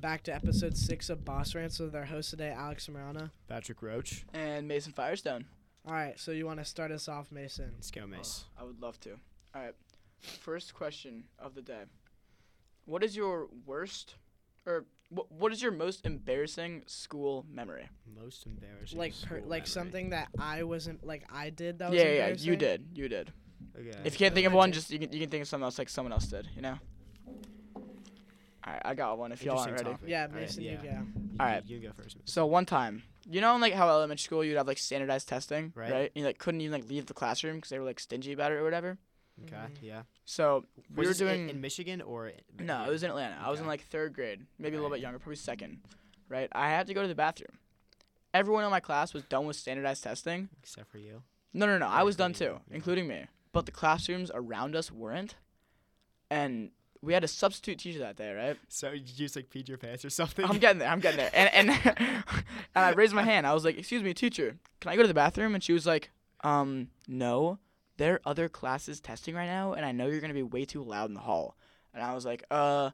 back to episode six of Boss Rants with our host today, Alex Marana. Patrick Roach. and Mason Firestone. All right, so you want to start us off, Mason? Let's go, Mace. I would love to. All right. First question of the day. What is your worst or wh- what is your most embarrassing school memory? Most embarrassing. Like, per, school like memory. something that I wasn't, like I did that was Yeah, yeah, you embarrassing? did. You did. Okay. If you can't think of I one, did. just you can, you can think of something else like someone else did, you know? All right, I got one if y'all aren't Interesting ready. topic. Yeah, All right, Mason, yeah. you go. You- All right. You can go first. Mace. So one time, you know, in like how elementary school you'd have like standardized testing, Right. right? You like couldn't even like leave the classroom because they were like stingy about it or whatever. Okay. Mm-hmm. Yeah. So was we were this in- doing in Michigan or in- no, it was in Atlanta. I was in Okay. like third grade, maybe a little Right. bit younger, probably second, right? I had to go to the bathroom. Everyone in my class was done with standardized testing. except for you. No, no, no, I Yeah, was done including too, you, yeah. including me. But the classrooms around us weren't, and we had a substitute teacher that day, right? So you just like peed your pants or something? I'm getting there. I'm getting there. And and and I raised my hand. I was like, "Excuse me, teacher, can I go to the bathroom?" And she was like, "Um, no. There are other classes testing right now, and I know you're gonna be way too loud in the hall." And I was like, "Uh,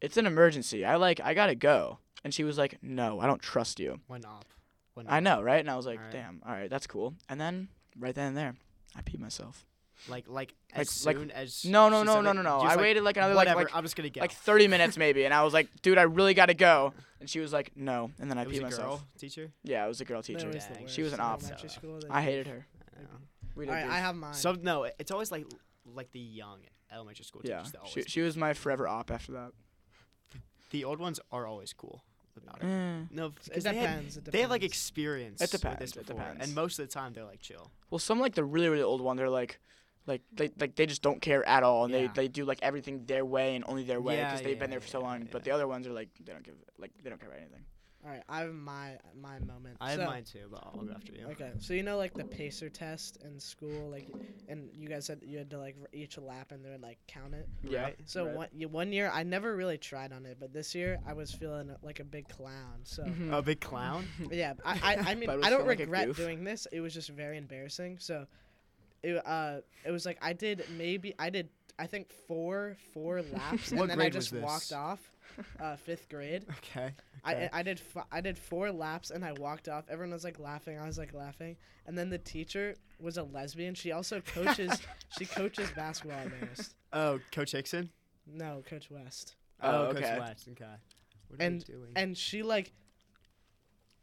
it's an emergency. I like I gotta go." And she was like, "No, I don't trust you." One op. One I op. know, right? And I was like, Mm. Alright. "Damn, all right, that's cool." And then right then and there, I peed myself. Like like Like- as like- soon as. No, no, she no, said no, it, no, no. just, I like, waited like another like whatever. like I'm just gonna go. like 30 minutes maybe, and I was like, "Dude, I really gotta go." And she was like, "No." And then I it was peed a myself. girl teacher. Yeah, it was a girl That teacher. was the Dang. worst. She was an op. Elementary school, they- I hated her. I know. We All did. right, good. I have mine. So no, it's always like like the young elementary school yeah, teachers. that she, always- she was my forever op after that. the old ones are always cool about it. Eh. No, it 'cause they had depends. it they have like depends. experience. It With this depends, it before, depends. and most of the time they're like chill. Well, some like the really really old one, they're like, like they like they just don't care at all, and Yeah. they, they do like everything their way and only their way Yeah, because they've been there yeah, for so yeah, long. But yeah. the other ones are like they don't give like they don't care about anything. All right, I have my my moment. I have So- mine too, but I'll go after you. Okay, so you know like the pacer test in school, like, and you guys said you had to like r- each lap and they would like count it. Yeah. Right? So Right. one one one year I never really tried on it, but this year I was feeling like a big clown. So Mm-hmm. Oh, A big clown. yeah, I I, I mean But it was I don't feeling like a regret goof. doing this. It was just very embarrassing. So it uh it was like I did maybe I did I think four four laps What and then I grade was just this? walked off. Uh, fifth grade. Okay. I, I did f- I did four laps and I walked off. Everyone was like laughing. I was like laughing. And then the teacher was a lesbian. She also coaches. she coaches basketball at Marist. oh, Coach Hickson. No, Coach West. Oh, Coach okay. West. Okay. What are you doing? And she like.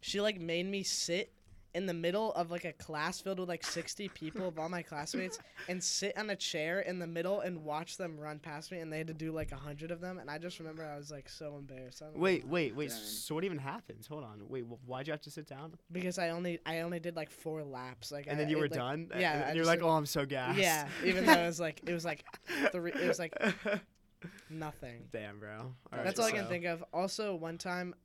She like made me sit in the middle of like a class filled with like 60 people of all my classmates and sit on a chair in the middle and watch them run past me and they had to do like 100 of them and I just remember I was like so embarrassed. I don't know wait, why. wait, wait. Dang. So what even happened? Hold on. Wait, wh- why'd you have to sit down? because I only I only did like four laps like And I- then you it, were like- done. A- yeah, And, I you're just, like, like- oh, I'm so gassed. Yeah, even though it was like it was like three- it was like- nothing. Damn, bro. Alright, That's all I can so- think of. Also, one time,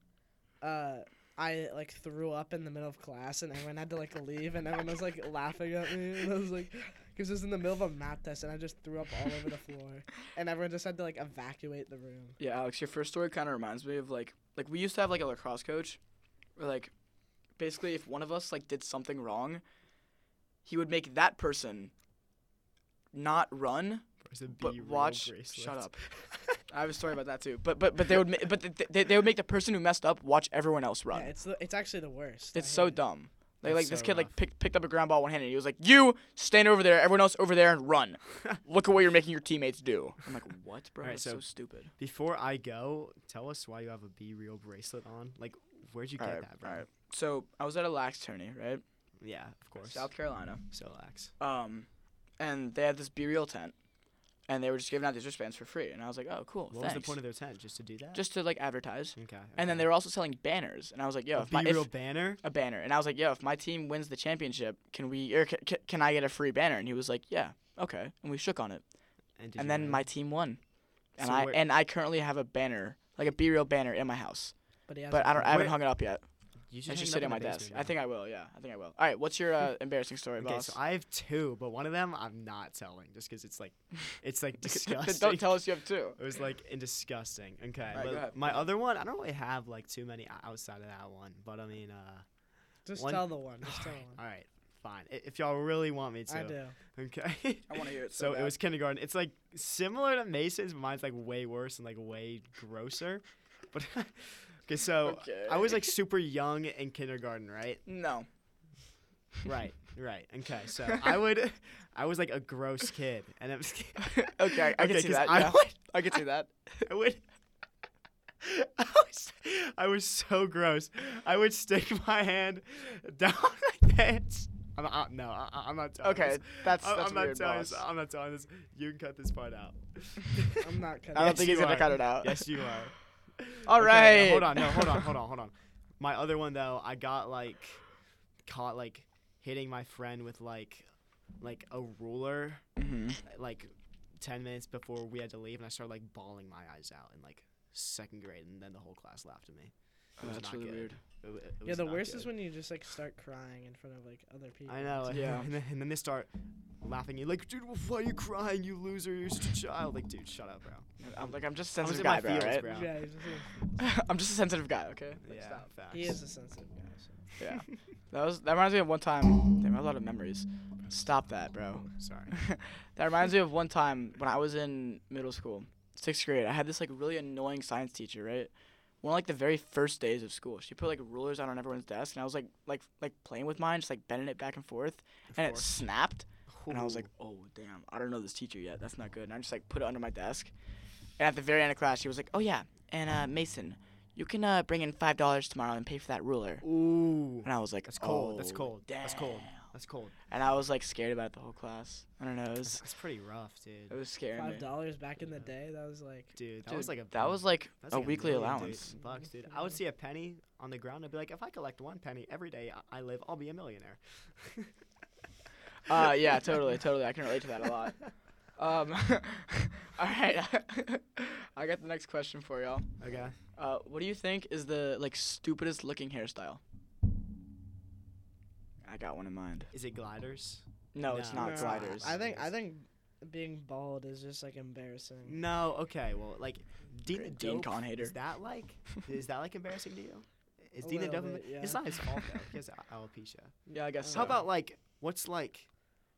uh, I like threw up in the middle of class, and everyone had to like leave, and everyone was like laughing at me, and I was like, because it was in the middle of a math test, and I just threw up all over the floor, and everyone just had to like evacuate the room. Yeah, Alex, your first story kind of reminds me of like like we used to have like a lacrosse coach, where like basically if one of us like did something wrong, he would make that person not run There's a but B real watch. bracelet. Shut up. I have a story about that too. But but but they would ma- but th- they, they would make the person who messed up watch everyone else Yeah, run. it's the, it's actually the worst. I it's so hate it. dumb. Like, That's like this so kid like rough. picked picked up a ground ball one handed. He was like, "You stand over there, everyone else over there, and run. Look at what you're making your teammates do." I'm like, "What, bro? Alright, That's so- so, stupid." Before I go, tell us why you have a B real bracelet on. Like, where'd you get Alright, that, bro? alright. So I was at a lax tourney, right? Yeah, of course. South Carolina. So lax. Um, and they had this Be Real tent, and they were just giving out these wristbands for free. And I was like, "Oh, cool. What thanks." was the point of their tent? Just to do that? just to like advertise. okay. And then okay. they were also selling banners, and I was like, "Yo, a if my, B if, real banner. a banner, and I was like, "Yo, if my team wins the championship, can we or c- c- can I get a free banner?" And he was like, "Yeah, okay." And we shook on it, did you and then win? my team won, and So I where- and I currently have a banner, like a B real banner in my house, But, he has but I don't, I haven't Where- hung it up yet. You It's hang it just up sitting on the my desk. basement, I bro. think I will. Yeah, I think I will. All right, what's your uh, embarrassing story, Okay, boss? so I have two, but one of them I'm not telling just because it's like, it's like disgusting. Don't tell us you have two. It was like in disgusting. Okay, right, but go ahead. my other one, I don't really have like too many o- outside of that one, but I mean, uh, just one- tell the one. Just all tell right, all right, fine. I- If y'all really want me to, one. I do. okay. I want to hear it. So So, it was kindergarten. It's like similar to Mason's, but mine's like way worse and like way grosser. But okay, so I was like super young in kindergarten, right? no. Right, right. Okay, so I would, I was like a gross kid, and I'm just kidding. okay, I can see 'cause that. I yeah. would, I can see that. I would. I was, I was so gross. I would stick my hand down my pants. I'm, I, no, I, I'm not telling. Okay, this. that's I, that's am weird, not telling boss. this. I'm not telling this. You can cut this part out. I'm not cutting. it. I don't Yes, think he's you gonna are. cut it out. yes, you are. All Okay, right. now hold on. No, hold on. Hold on. Hold on. My other one though, I got like caught like hitting my friend with like like a ruler hmm like 10 minutes before we had to leave and I started like bawling my eyes out in like second grade and then the whole class laughed at me. It was that's not really good. weird. It wa- it Yeah, was the not worst good. is when you just like start crying in front of like other people. I know. Yeah. Yeah. And then, and then they start laughing at you like dude, why are you crying? You loser, you're such a child. Like dude, shut up, bro. I'm like I'm just a I was sensitive in guy, my bro. feels, right? bro. Yeah, he's just, a- I'm just a sensitive guy. Okay. Like, yeah. stop. Facts. he is a sensitive guy. So. Yeah. That was that reminds me of one time. Damn, I have a lot of memories. Stop that, bro. Sorry. that reminds me of one time when I was in middle school, sixth grade. I had this like really annoying science teacher, right? One of like the very first days of school, she put like rulers out on everyone's desk, and I was like like like playing with mine, just like bending it back and forth, and it course. snapped. And I was Ooh. like, oh damn, I don't know this teacher yet. That's not good. And I just like put it under my desk. And at the very end of class, she was like, oh yeah, and uh, Mason, you can uh, bring in five dollars tomorrow and pay for that ruler. Ooh. And I was like, That's cold. that's "Oh, cold. That's cold. damn." That's cold. And I was like scared about it the whole class. I don't know. It was That's pretty rough, it dude. was scaring me. Five dollars back in the day, that was like. Dude, that Dude, was like a that was like that's a like weekly million, dude, allowance. Mm-hmm. bucks, dude. I would see a penny on the ground. I'd be like, if I collect one penny every day I I live, I'll be a millionaire. Uh, yeah, totally, totally. I can relate to that a lot. Um, all right, I got the next question for y'all. Okay. Uh, what do you think is the like stupidest looking hairstyle? I got one in mind. Is it gliders? No, it's No. not No, gliders. I think I think being bald is just like embarrassing. No. Okay. Well, like Dina Great Dean Dope. Conhader. Is that like? Is that like embarrassing to you? Is A Dina little Dope? bit, yeah. It's not his fault though. He has a- alopecia. yeah, I guess. How So. How about like what's like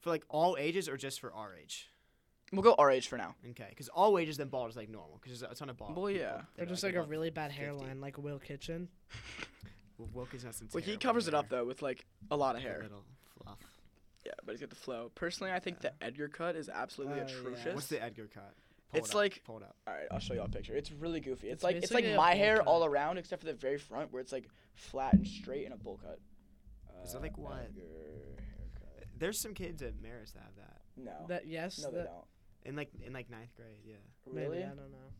for like all ages or just for our age? we'll go RH for now? Okay, because all ages then bald is like normal because there's a ton of bald. Well, people yeah. Or that are, just like a above- really bad 50. hairline, like Will Kitchen. Well, Wilkins has some Like he terrible covers it up hair. though with like a lot of The hair. Little fluff. Yeah, but he's got the flow. Personally, I think the Edgar cut is absolutely Oh, yeah. atrocious. What's the Edgar cut? It's like- pulled up. All right, I'll show you all a picture. It's really goofy. It's, It's like it's like basically a my bowl hair cut. all around except for the very front where it's like flat and straight and a bowl cut. Uh, Is that like what? Edgar haircut. There's some kids at Marist that have that No. That yes, no, they that, don't. in like in like ninth grade. Yeah. maybe Really? I don't know.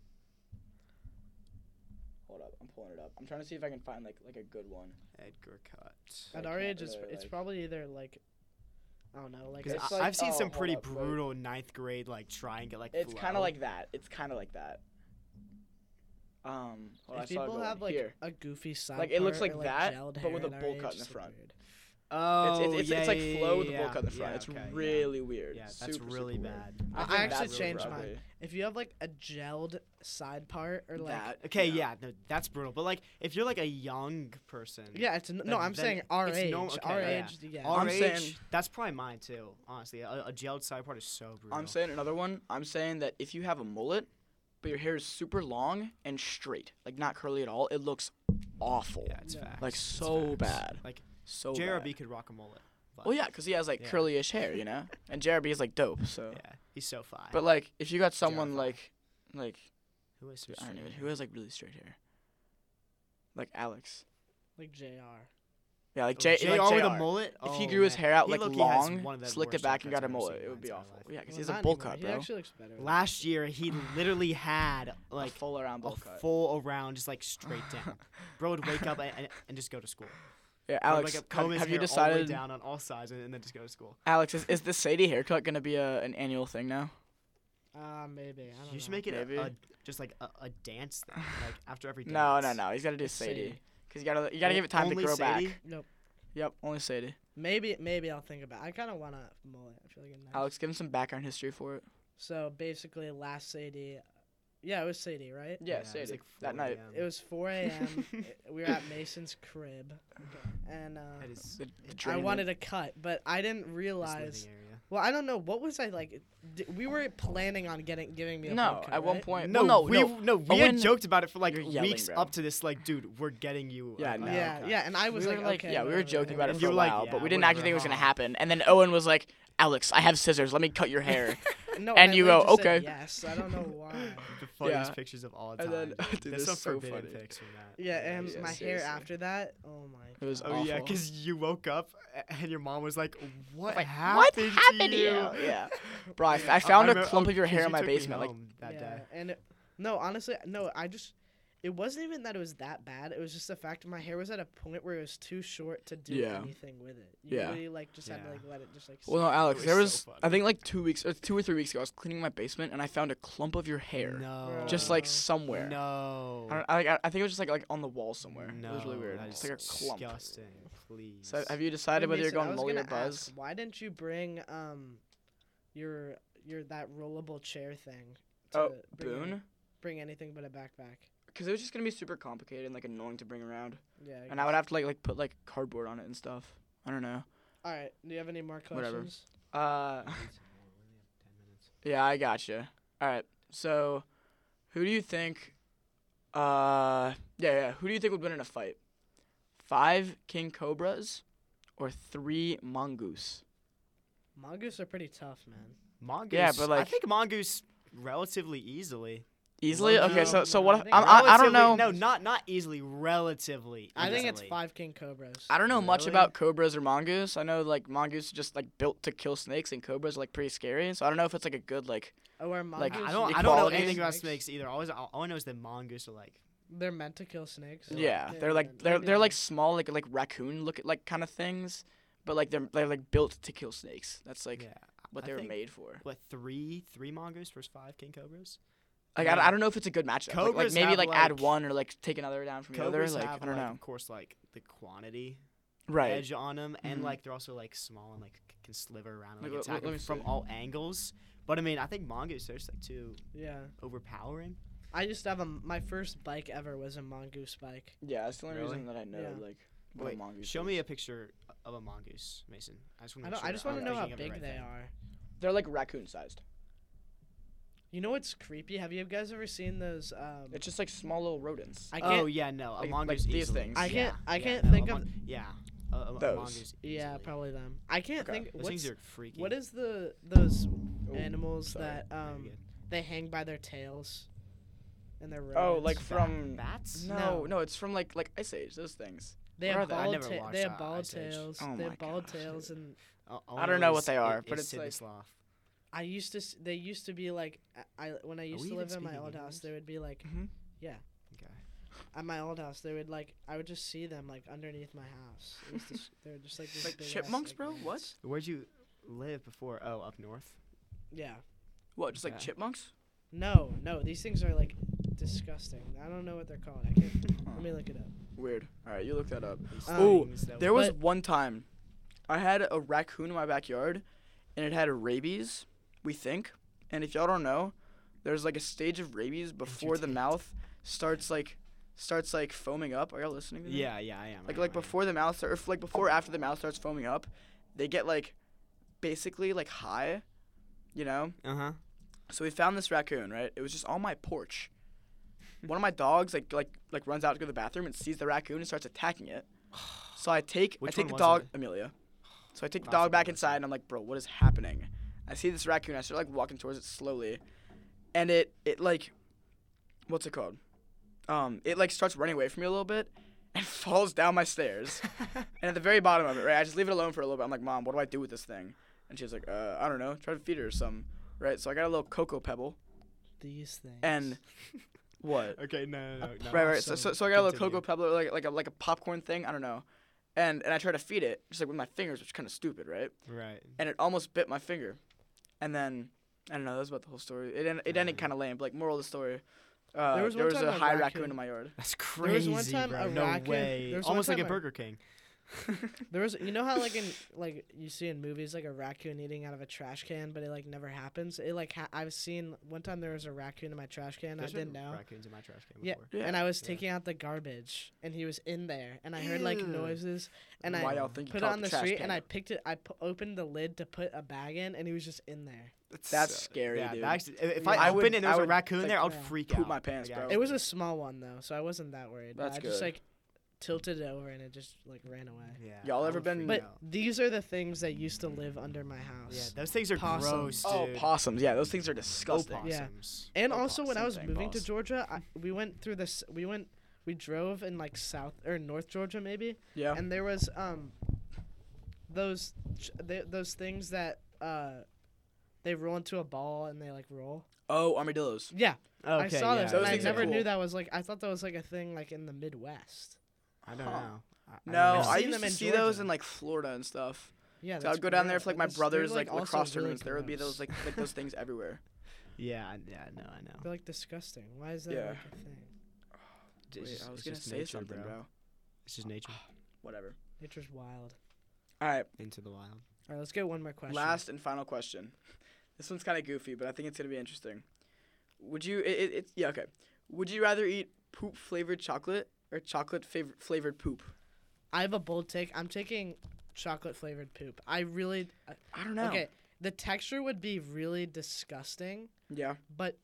Hold up, I'm pulling it up. I'm trying to see if I can find like like a good one. Edgar cut. At I our can't age, it's really, it's like- probably either like, I don't know, like Because It's I, like- I've seen oh, some hold pretty up, wait. brutal ninth grade like triangle like. It's kind flow. of like that. It's kind of like that. Um, hold on, I if saw a people good have one like here. a goofy side, Like, it looks part like or, that, gelled but hair with a at our bowl age, cut in it's the like front. weird. Oh it's it's, yeah, it's like yeah, flow with the yeah, bowl cut in the front. yeah, it's okay, yeah. really weird. Yeah, that's Super, really super weird. bad. I think actually that's really changed mine. ugly. If you have like a gelled side part or like That, Okay, yeah, no, that's brutal. But like, if you're like a young person, yeah, it's n- Then- no. I'm then saying our it's age, no- okay, our yeah. age, yeah. our I'm age, saying- that's probably mine too. Honestly, a, a gelled side part is so brutal. I'm saying another one. I'm saying that if you have a mullet, but your hair is super long and straight, like not curly at all, it looks awful. yeah, it's Yeah. facts. Like it's so facts. bad. Like So JRB bad. could rock a mullet. but- Well, yeah, because he has like Yeah. curly-ish hair, you know, and JRB is like dope. So, yeah, he's so fine. but like if you got someone JRB. like, like who is so I don't straight? even who has like really straight hair, like Alex. like Jr. Yeah, like Oh, J. JR like with a JR. mullet. If he Oh, grew his man. hair out He like look- he has one long, of the slicked it worst back and haircuts got a I've ever mullet, seen it would be in my awful. entire life. Yeah, because Well, he has a not bowl anymore. cut, He bro. actually looks better. Last year, he literally had Like like full around a bowl cut. full around, just like straight down. Bro would wake up and, and, and just go to school. Yeah, Bro would Alex, wake up, have- comb his have you hair all the way decided? down on all sides and, and then just go to school? Alex, is, is the Sadie haircut gonna be a, an annual thing now? Ah, maybe. I don't You should know. make it a, Maybe. a- just like a, a dance thing, like after every dance. No, no, no. He's gotta do It's Sadie. Sadie. Cause you gotta you gotta O- give it time to only grow Sadie? back. Nope. Yep, only Sadie. Maybe maybe I'll think about. it. I kind of want to mullet. I feel like it's nice. Alex, give him some background history for it. So basically, last Sadie, yeah, it was Sadie, right? Yeah, it was, Sadie. like, 4 that night. a.m. It was 4 a.m. we were at Mason's crib, and uh, That is The, the I drain- wanted a cut, but I didn't his realize living area. Well, I don't know what was I like. D- we were planning on getting giving me a No, poke cut, at one right? point. No, well, no, we no. no, we Owen, had joked about it for like you're yelling, weeks bro. up to this. Like, dude, we're getting you. Yeah, uh, no. uh, Yeah, yeah, and I was we were like, okay, yeah, we were whatever, joking about it whatever. for You a were like, while, but yeah, we didn't actually whatever, think it was gonna huh. happen. And then Owen was like, "Alex, I have scissors. Let me cut your hair." No, and I you literally go, just said "Okay." Yes, I don't know why. The funniest Yeah. pictures of all time. And then- dude. dude, There's that's some so forbidden funny. pics from that. Yeah, and yeah, my hair seriously. after that. Oh my. It was Oh yeah, awful. because you woke up a- and your mom was like, "What Like, happened? what to happened you?" here? Yeah, bro, I, f- I found a a clump of your hair in my basement. Like, that yeah, day. and it- no, honestly, no. I just it wasn't even that it was that bad. It was just the fact my hair was at a point where it was too short to do Yeah. anything with it. You Yeah. really, like just had to Yeah. like let it just like. well, sit. no, Alex, was there so was funny. I think like two weeks or two or three weeks ago, I was cleaning my basement and I found a clump of your hair, No. just like No. somewhere. No. I, don't, I, like, I- I think it was just like like on the wall somewhere. No. it was really weird. that Just is like a clump. Disgusting. Please. So have you Wait, decided whether you're Mason, I going was Molly or gonna ask, Buzz? why didn't you bring um, your your that rollable chair thing? Oh, to bring any- Boone? Bring anything but a backpack. Because it was just gonna be super complicated and like annoying to bring around, Yeah. and I would have to like like put like cardboard on it and stuff. I don't know. All right. Do you have any more questions? Whatever. Uh, Ten minutes. yeah, I gotcha. All right, so who do you think? Uh, yeah, yeah. Who do you think would win in a fight? Five king cobras, or three mongoose? Mongoose are pretty tough, man. Mongoose. I like- think mongoose relatively easily. Easily. Okay, so so what? No, I'm, I I Relatively- don't No, know. not not easily. Relatively. I think it's easily. five king cobras. I don't know much Really? about cobras or mongoose. I know like mongoose are just like built to kill snakes, and cobras are, like pretty scary. So I don't know if it's like a good like. Oh, are Like, mongoose I don't. I don't know Equality. anything about snakes either. All, I- all I know is that mongoose are like. They're meant to kill snakes. Yeah, they're like they're they're like small like like raccoon look like kind of things, but like they're they're like built to kill snakes. That's like yeah. what I they were think- made for. What three three mongoose versus five king cobras? Like I, don't- I mean, don't know if it's a good matchup. Like- Like, cobras maybe have, like, add like- one or like take another down from the other. Cobras Like have I don't like, know. of course like the quantity Right. edge on them, and Mhm. like they're also like small and like c- can sliver around and Like, like, let- attack let- let them me from see. all angles. But I mean, I think mongoose they're just like too Yeah, overpowering. I used to have a my first bike ever was a mongoose bike. Yeah, that's the only Really? reason that I know Yeah. like what a Wait, mongoose. show is. me a picture of a mongoose, Mason. I just want I to. don't. I just want to know how big they are. They're like raccoon sized. You know what's creepy? Have you guys ever seen those? Um, It's just like small little rodents. I Oh can't. yeah, no, a like- mongoose like these easily. things. I Yeah, can't- I yeah, can't no, a think of- mon- Yeah, uh, a, a, a Those. mongoose. yeah, easily. probably them. I can't Okay. think. Those What's things are freaky. what is the those Oh, animals sorry. that Very um good. they hang by their tails, and their Oh, like rodents? Ba- from bats? No. no, no, it's from like like Ice Age. Those things. they what are have they? I bald. never ta- watched they have that bald Ice Age. tails. Oh they my have bald gosh. tails, and All- all I don't know is- what they are, it but is it's, like- Sid the Sloth. I used to. s- They used to be like. I- I when I used we to even live in my speaking old house, English? they would be like Mm-hmm. Mhm. Okay. at my old house. They would like. I would just see them like underneath my house. It was just, they were just like these Like big ass, chipmunks, like, bro. What? rats. Where'd you live before? Oh, up north. Yeah. What? Just like Okay. chipmunks? No, no. These things are like disgusting. I don't know what they're called. I can't. Let me look it up. Weird. All right, you look that up. These Oh, things that There was But- one time I had a raccoon in my backyard and it had rabies, we think. And if y'all don't know, there's like a stage of rabies before the Entertained. mouth starts like starts like foaming up. Are y'all listening to me? Yeah, yeah, I am. Like I like am, I am. before the mouth or if, like before or after the mouth starts foaming up, they get like basically like high, you know? Uh huh. So we found this raccoon, right? It was just on my porch. One of my dogs like like like runs out to go to the bathroom and sees the raccoon and starts attacking it. So I take Which I take one the was dog it? Amelia. So I take Classic the dog back Amelia. inside and I'm like, bro, what is happening? I see this raccoon. I start like walking towards it slowly, and it it like, what's it called? Um, it like starts running away from me a little bit, and falls down my stairs. And at the very bottom of it, right, I just leave it alone for a little bit. I'm like, Mom, what do I do with this thing? And she's like, uh, I don't know. Try to feed her some, right? So I got a little cocoa pebble These things. and what? okay, no, no, no. no. Right, right. So, so, so I got a little Continue. cocoa pebble, like like a like a popcorn thing. I don't know. And and I tried to feed it just like with my fingers, which is kind of stupid, right? Mm-hmm. Right. And it almost bit my finger. And then I don't know. That was about the whole story. It en- it ended kind of lame. But like moral of the story, uh, there was was, one time a a high raccoon. raccoon- in my yard. That's was crazy, one time bro. a no raccoon- way. there was one Almost like time a a- Burger King. There was, you know how like in like you see in movies like a raccoon eating out of a trash can, but it like never happens. It like ha- I've seen one time there was a raccoon in my trash can. There's I didn't been know, Raccoons in my trash can Yeah. before. Yeah. and I was Yeah. taking out the garbage, and he was in there, and I heard like Ew. noises, and Why I y'all think you put it call on the the trash street, can? and I picked it. I p- opened the lid to put a bag in, and he was just in there. That's scary, yeah, dude. that's- if if Yeah. I, I opened would- it and there I was a would, raccoon like, there, I would yeah. freak Poop out. my pants, Like, I bro. would- It was a small one though, so I wasn't that worried. but Oh. That's I just good. like tilted it over, and it just like ran away. Yeah, Y'all I ever would been- freak But out. these are the things that used to live under my house. Yeah, those things are Possum. gross, dude. Oh, possums. Yeah, those things are Go Oh, disgusting. Yeah. possums. And Oh, also, when I same was thing, moving to boss. Georgia, I, we went through this. We went, we drove in like South or North Georgia maybe, Yeah. and there was um, those ch- th- those things that uh, they roll into a ball and they like roll. oh, armadillos. Yeah, Okay, I saw yeah, those. Those and I things are never cool. knew that was like. I thought that was like a thing like in the Midwest. I don't Huh. know. I- I don't No, know. I seen used them to in see those Georgia. in like Florida and stuff. Yeah, so I would go down there real. for like And my it's- they're, brother's like, also lacrosse really tournaments. there would be gross. those like like those things everywhere. Yeah, I- yeah, no, I know. They're like disgusting. Why is that Yeah. like a thing? It's Wait, just- I was it's gonna just say nature, something, bro. It's just nature Whatever. Nature's wild. All right, into the wild. All right, let's get one more question. last and final question. This one's kind of goofy, but I think it's gonna be interesting. Would you? It, it, it's yeah okay. Would you rather eat poop flavored chocolate or chocolate fav- flavored poop? I have a bold take. I'm taking chocolate flavored poop. I really I don't know. Okay, the texture would be really disgusting, Yeah. but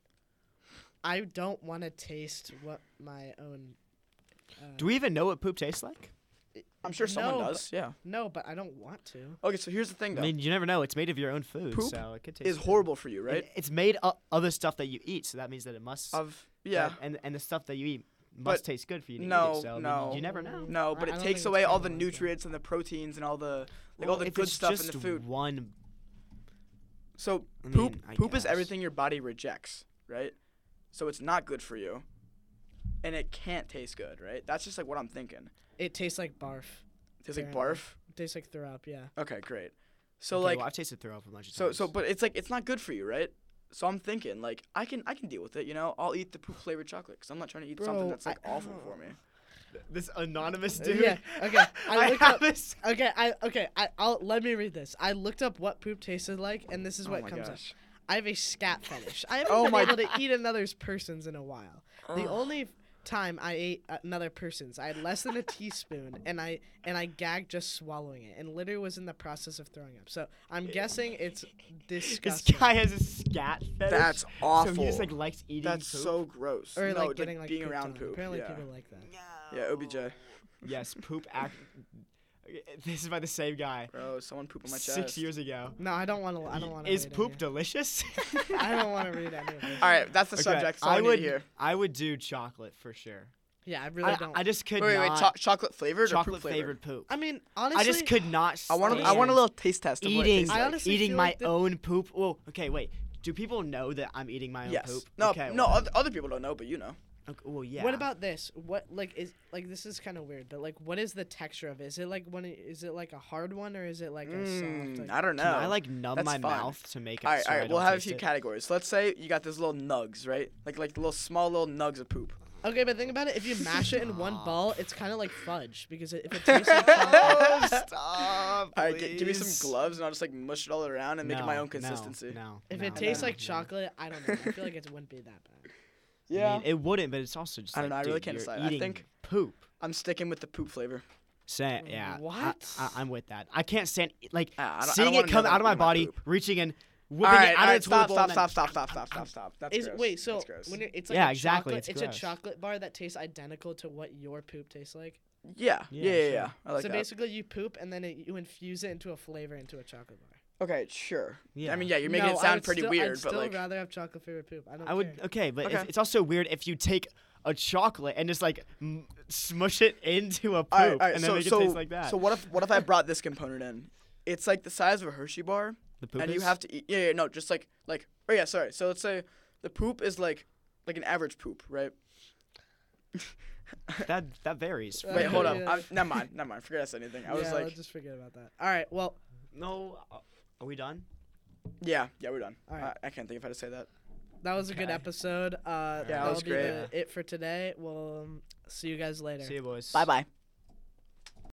I don't want to taste what my own. Uh, Do we even know what poop tastes like? I'm sure someone No, but- does. Yeah. No, but I don't want to. Okay, so here's the thing I though. mean, you never know. It's made of your own food, Poop so it could taste. is good. horrible for you, It- right? it's made of other stuff that you eat, so that means that it must. Of yeah. that- and and the stuff that you eat must But- taste good for you. To eat no, it, so I mean, no. you never know. No, I- but I it don't takes think it's away all the kinda like that. nutrients and the proteins and all the like all Well, the if good it's stuff in just the food. One So I poop mean, I poop is guess. everything your body rejects, right? So it's not good for you. And it can't taste good, right? That's just like what I'm thinking. It tastes like barf. Tastes like Apparently. barf. It tastes like throw up. Yeah. Okay, great. So okay, like well, I've tasted throw up a bunch of so times. so but it's like it's not good for you, right? So I'm thinking like I can I can deal with it, you know? I'll eat the poop flavored chocolate cuz I'm not trying to eat something Bro, that's like I- awful for me. this anonymous Uh, dude. yeah, okay, I looked have up- this. Okay. I okay. I I'll let me read this. I looked up what poop tasted like, and this is Oh what my comes up. gosh. I have a scat fetish. I haven't Oh been my- able to eat another person's in a while. The Ugh. only time I ate another person's, I had less than a teaspoon, and I and I gagged just swallowing it, and literally was in the process of throwing up. So I'm guessing it's This disgusting. guy has a scat fetish. That's So awful. he just like likes eating. That's poop. so gross. or no, like it's, getting like being pooped around on. poop. Apparently yeah. people like that. Oh. yeah, OBJ. Yes, poop act. This is by the same guy. Bro, someone pooped on my chest. Six years ago. No, I don't want to. I don't want to. Is poop delicious? I don't want to read any of this. All right, that's the Okay, subject. So I I would would- here. I would do chocolate for sure. Yeah, I really I, don't. I I, just could Wait, wait, not. wait cho- chocolate flavored or poop chocolate flavored? flavored poop. mean, honestly, I just could not. I want a, I Yeah. want a stand little taste test of what it eating tastes I like. honestly eating feel my like the- own poop. Well, okay, wait. Do people know that I'm eating my own Yes. poop? No, Okay, no, Well, oth- other people don't know, but you know. okay, well, yeah. What about this? What like is like this is kind of weird, but like what is the texture of it? Is it like when it, is it like a hard one or is it like a soft? Mm, Like, I don't know. Can I like numb That's my fun. mouth to make it? all right, so all I right. don't We'll have a taste few it? categories. Let's say you got those little nugs, right? Like like little small little nugs of poop. Okay, but think about it. If you mash it in one Stop. ball, it's kind of like fudge because it, if it tastes like fudge, Oh, stop! All right, g- give me please. some gloves, and I'll just like mush it all around and make it my No, own no, consistency. No, if no, it tastes no, like no. chocolate, I don't know. I feel like it wouldn't be that bad. Yeah, I mean, it wouldn't, but it's also just. I like, don't know, I really dude, can't you're decide. I eating think- poop. I'm sticking with the poop flavor. Say, yeah. I- What? I, am with that. I can't stand like Ah, I don't- I don't seeing wanna it come know out of my about my body, poop. reaching in, All whipping right, it all out right, of the toilet stop, bowl. stop, and stop, then- stop, stop, stop, stop, stop. That's Is gross. wait, so That's gross. when you're, it's like Yeah, a exactly, chocolate, it's it's, gross. a chocolate bar that tastes identical to what your poop tastes like. yeah, yeah, Yeah, yeah, sure. yeah. I like so that. basically, you poop and then it, you infuse it into a flavor into a chocolate bar. Okay, sure. Yeah. I Yeah. mean, yeah, you're making No, it I sound would pretty still- weird, I'd but still like, rather have chocolate flavored poop. I don't. I would care. okay, but Okay. If, it's also weird if you take a chocolate and just like m- smush it into a poop all right, all right. and then So, make so, it taste like that. so what if what if I brought this component in? It's like the size of a Hershey bar, the poop and you is- have to eat. Yeah, yeah, no, just like like. Oh yeah, sorry. So let's say the poop is like like an average poop, right? that that varies. Uh, Wait, hold up. yeah. I'm, never mind, never mind. Forget I said anything. I was yeah, like, let's just forget about that. All right. Well, No, uh, are we done? yeah, yeah, we're done. All right. I, I can't think of how to say that. that was a good Okay. episode. Uh, that that'll was be great. the- it for today. We'll um, see you guys later. See you, boys. bye.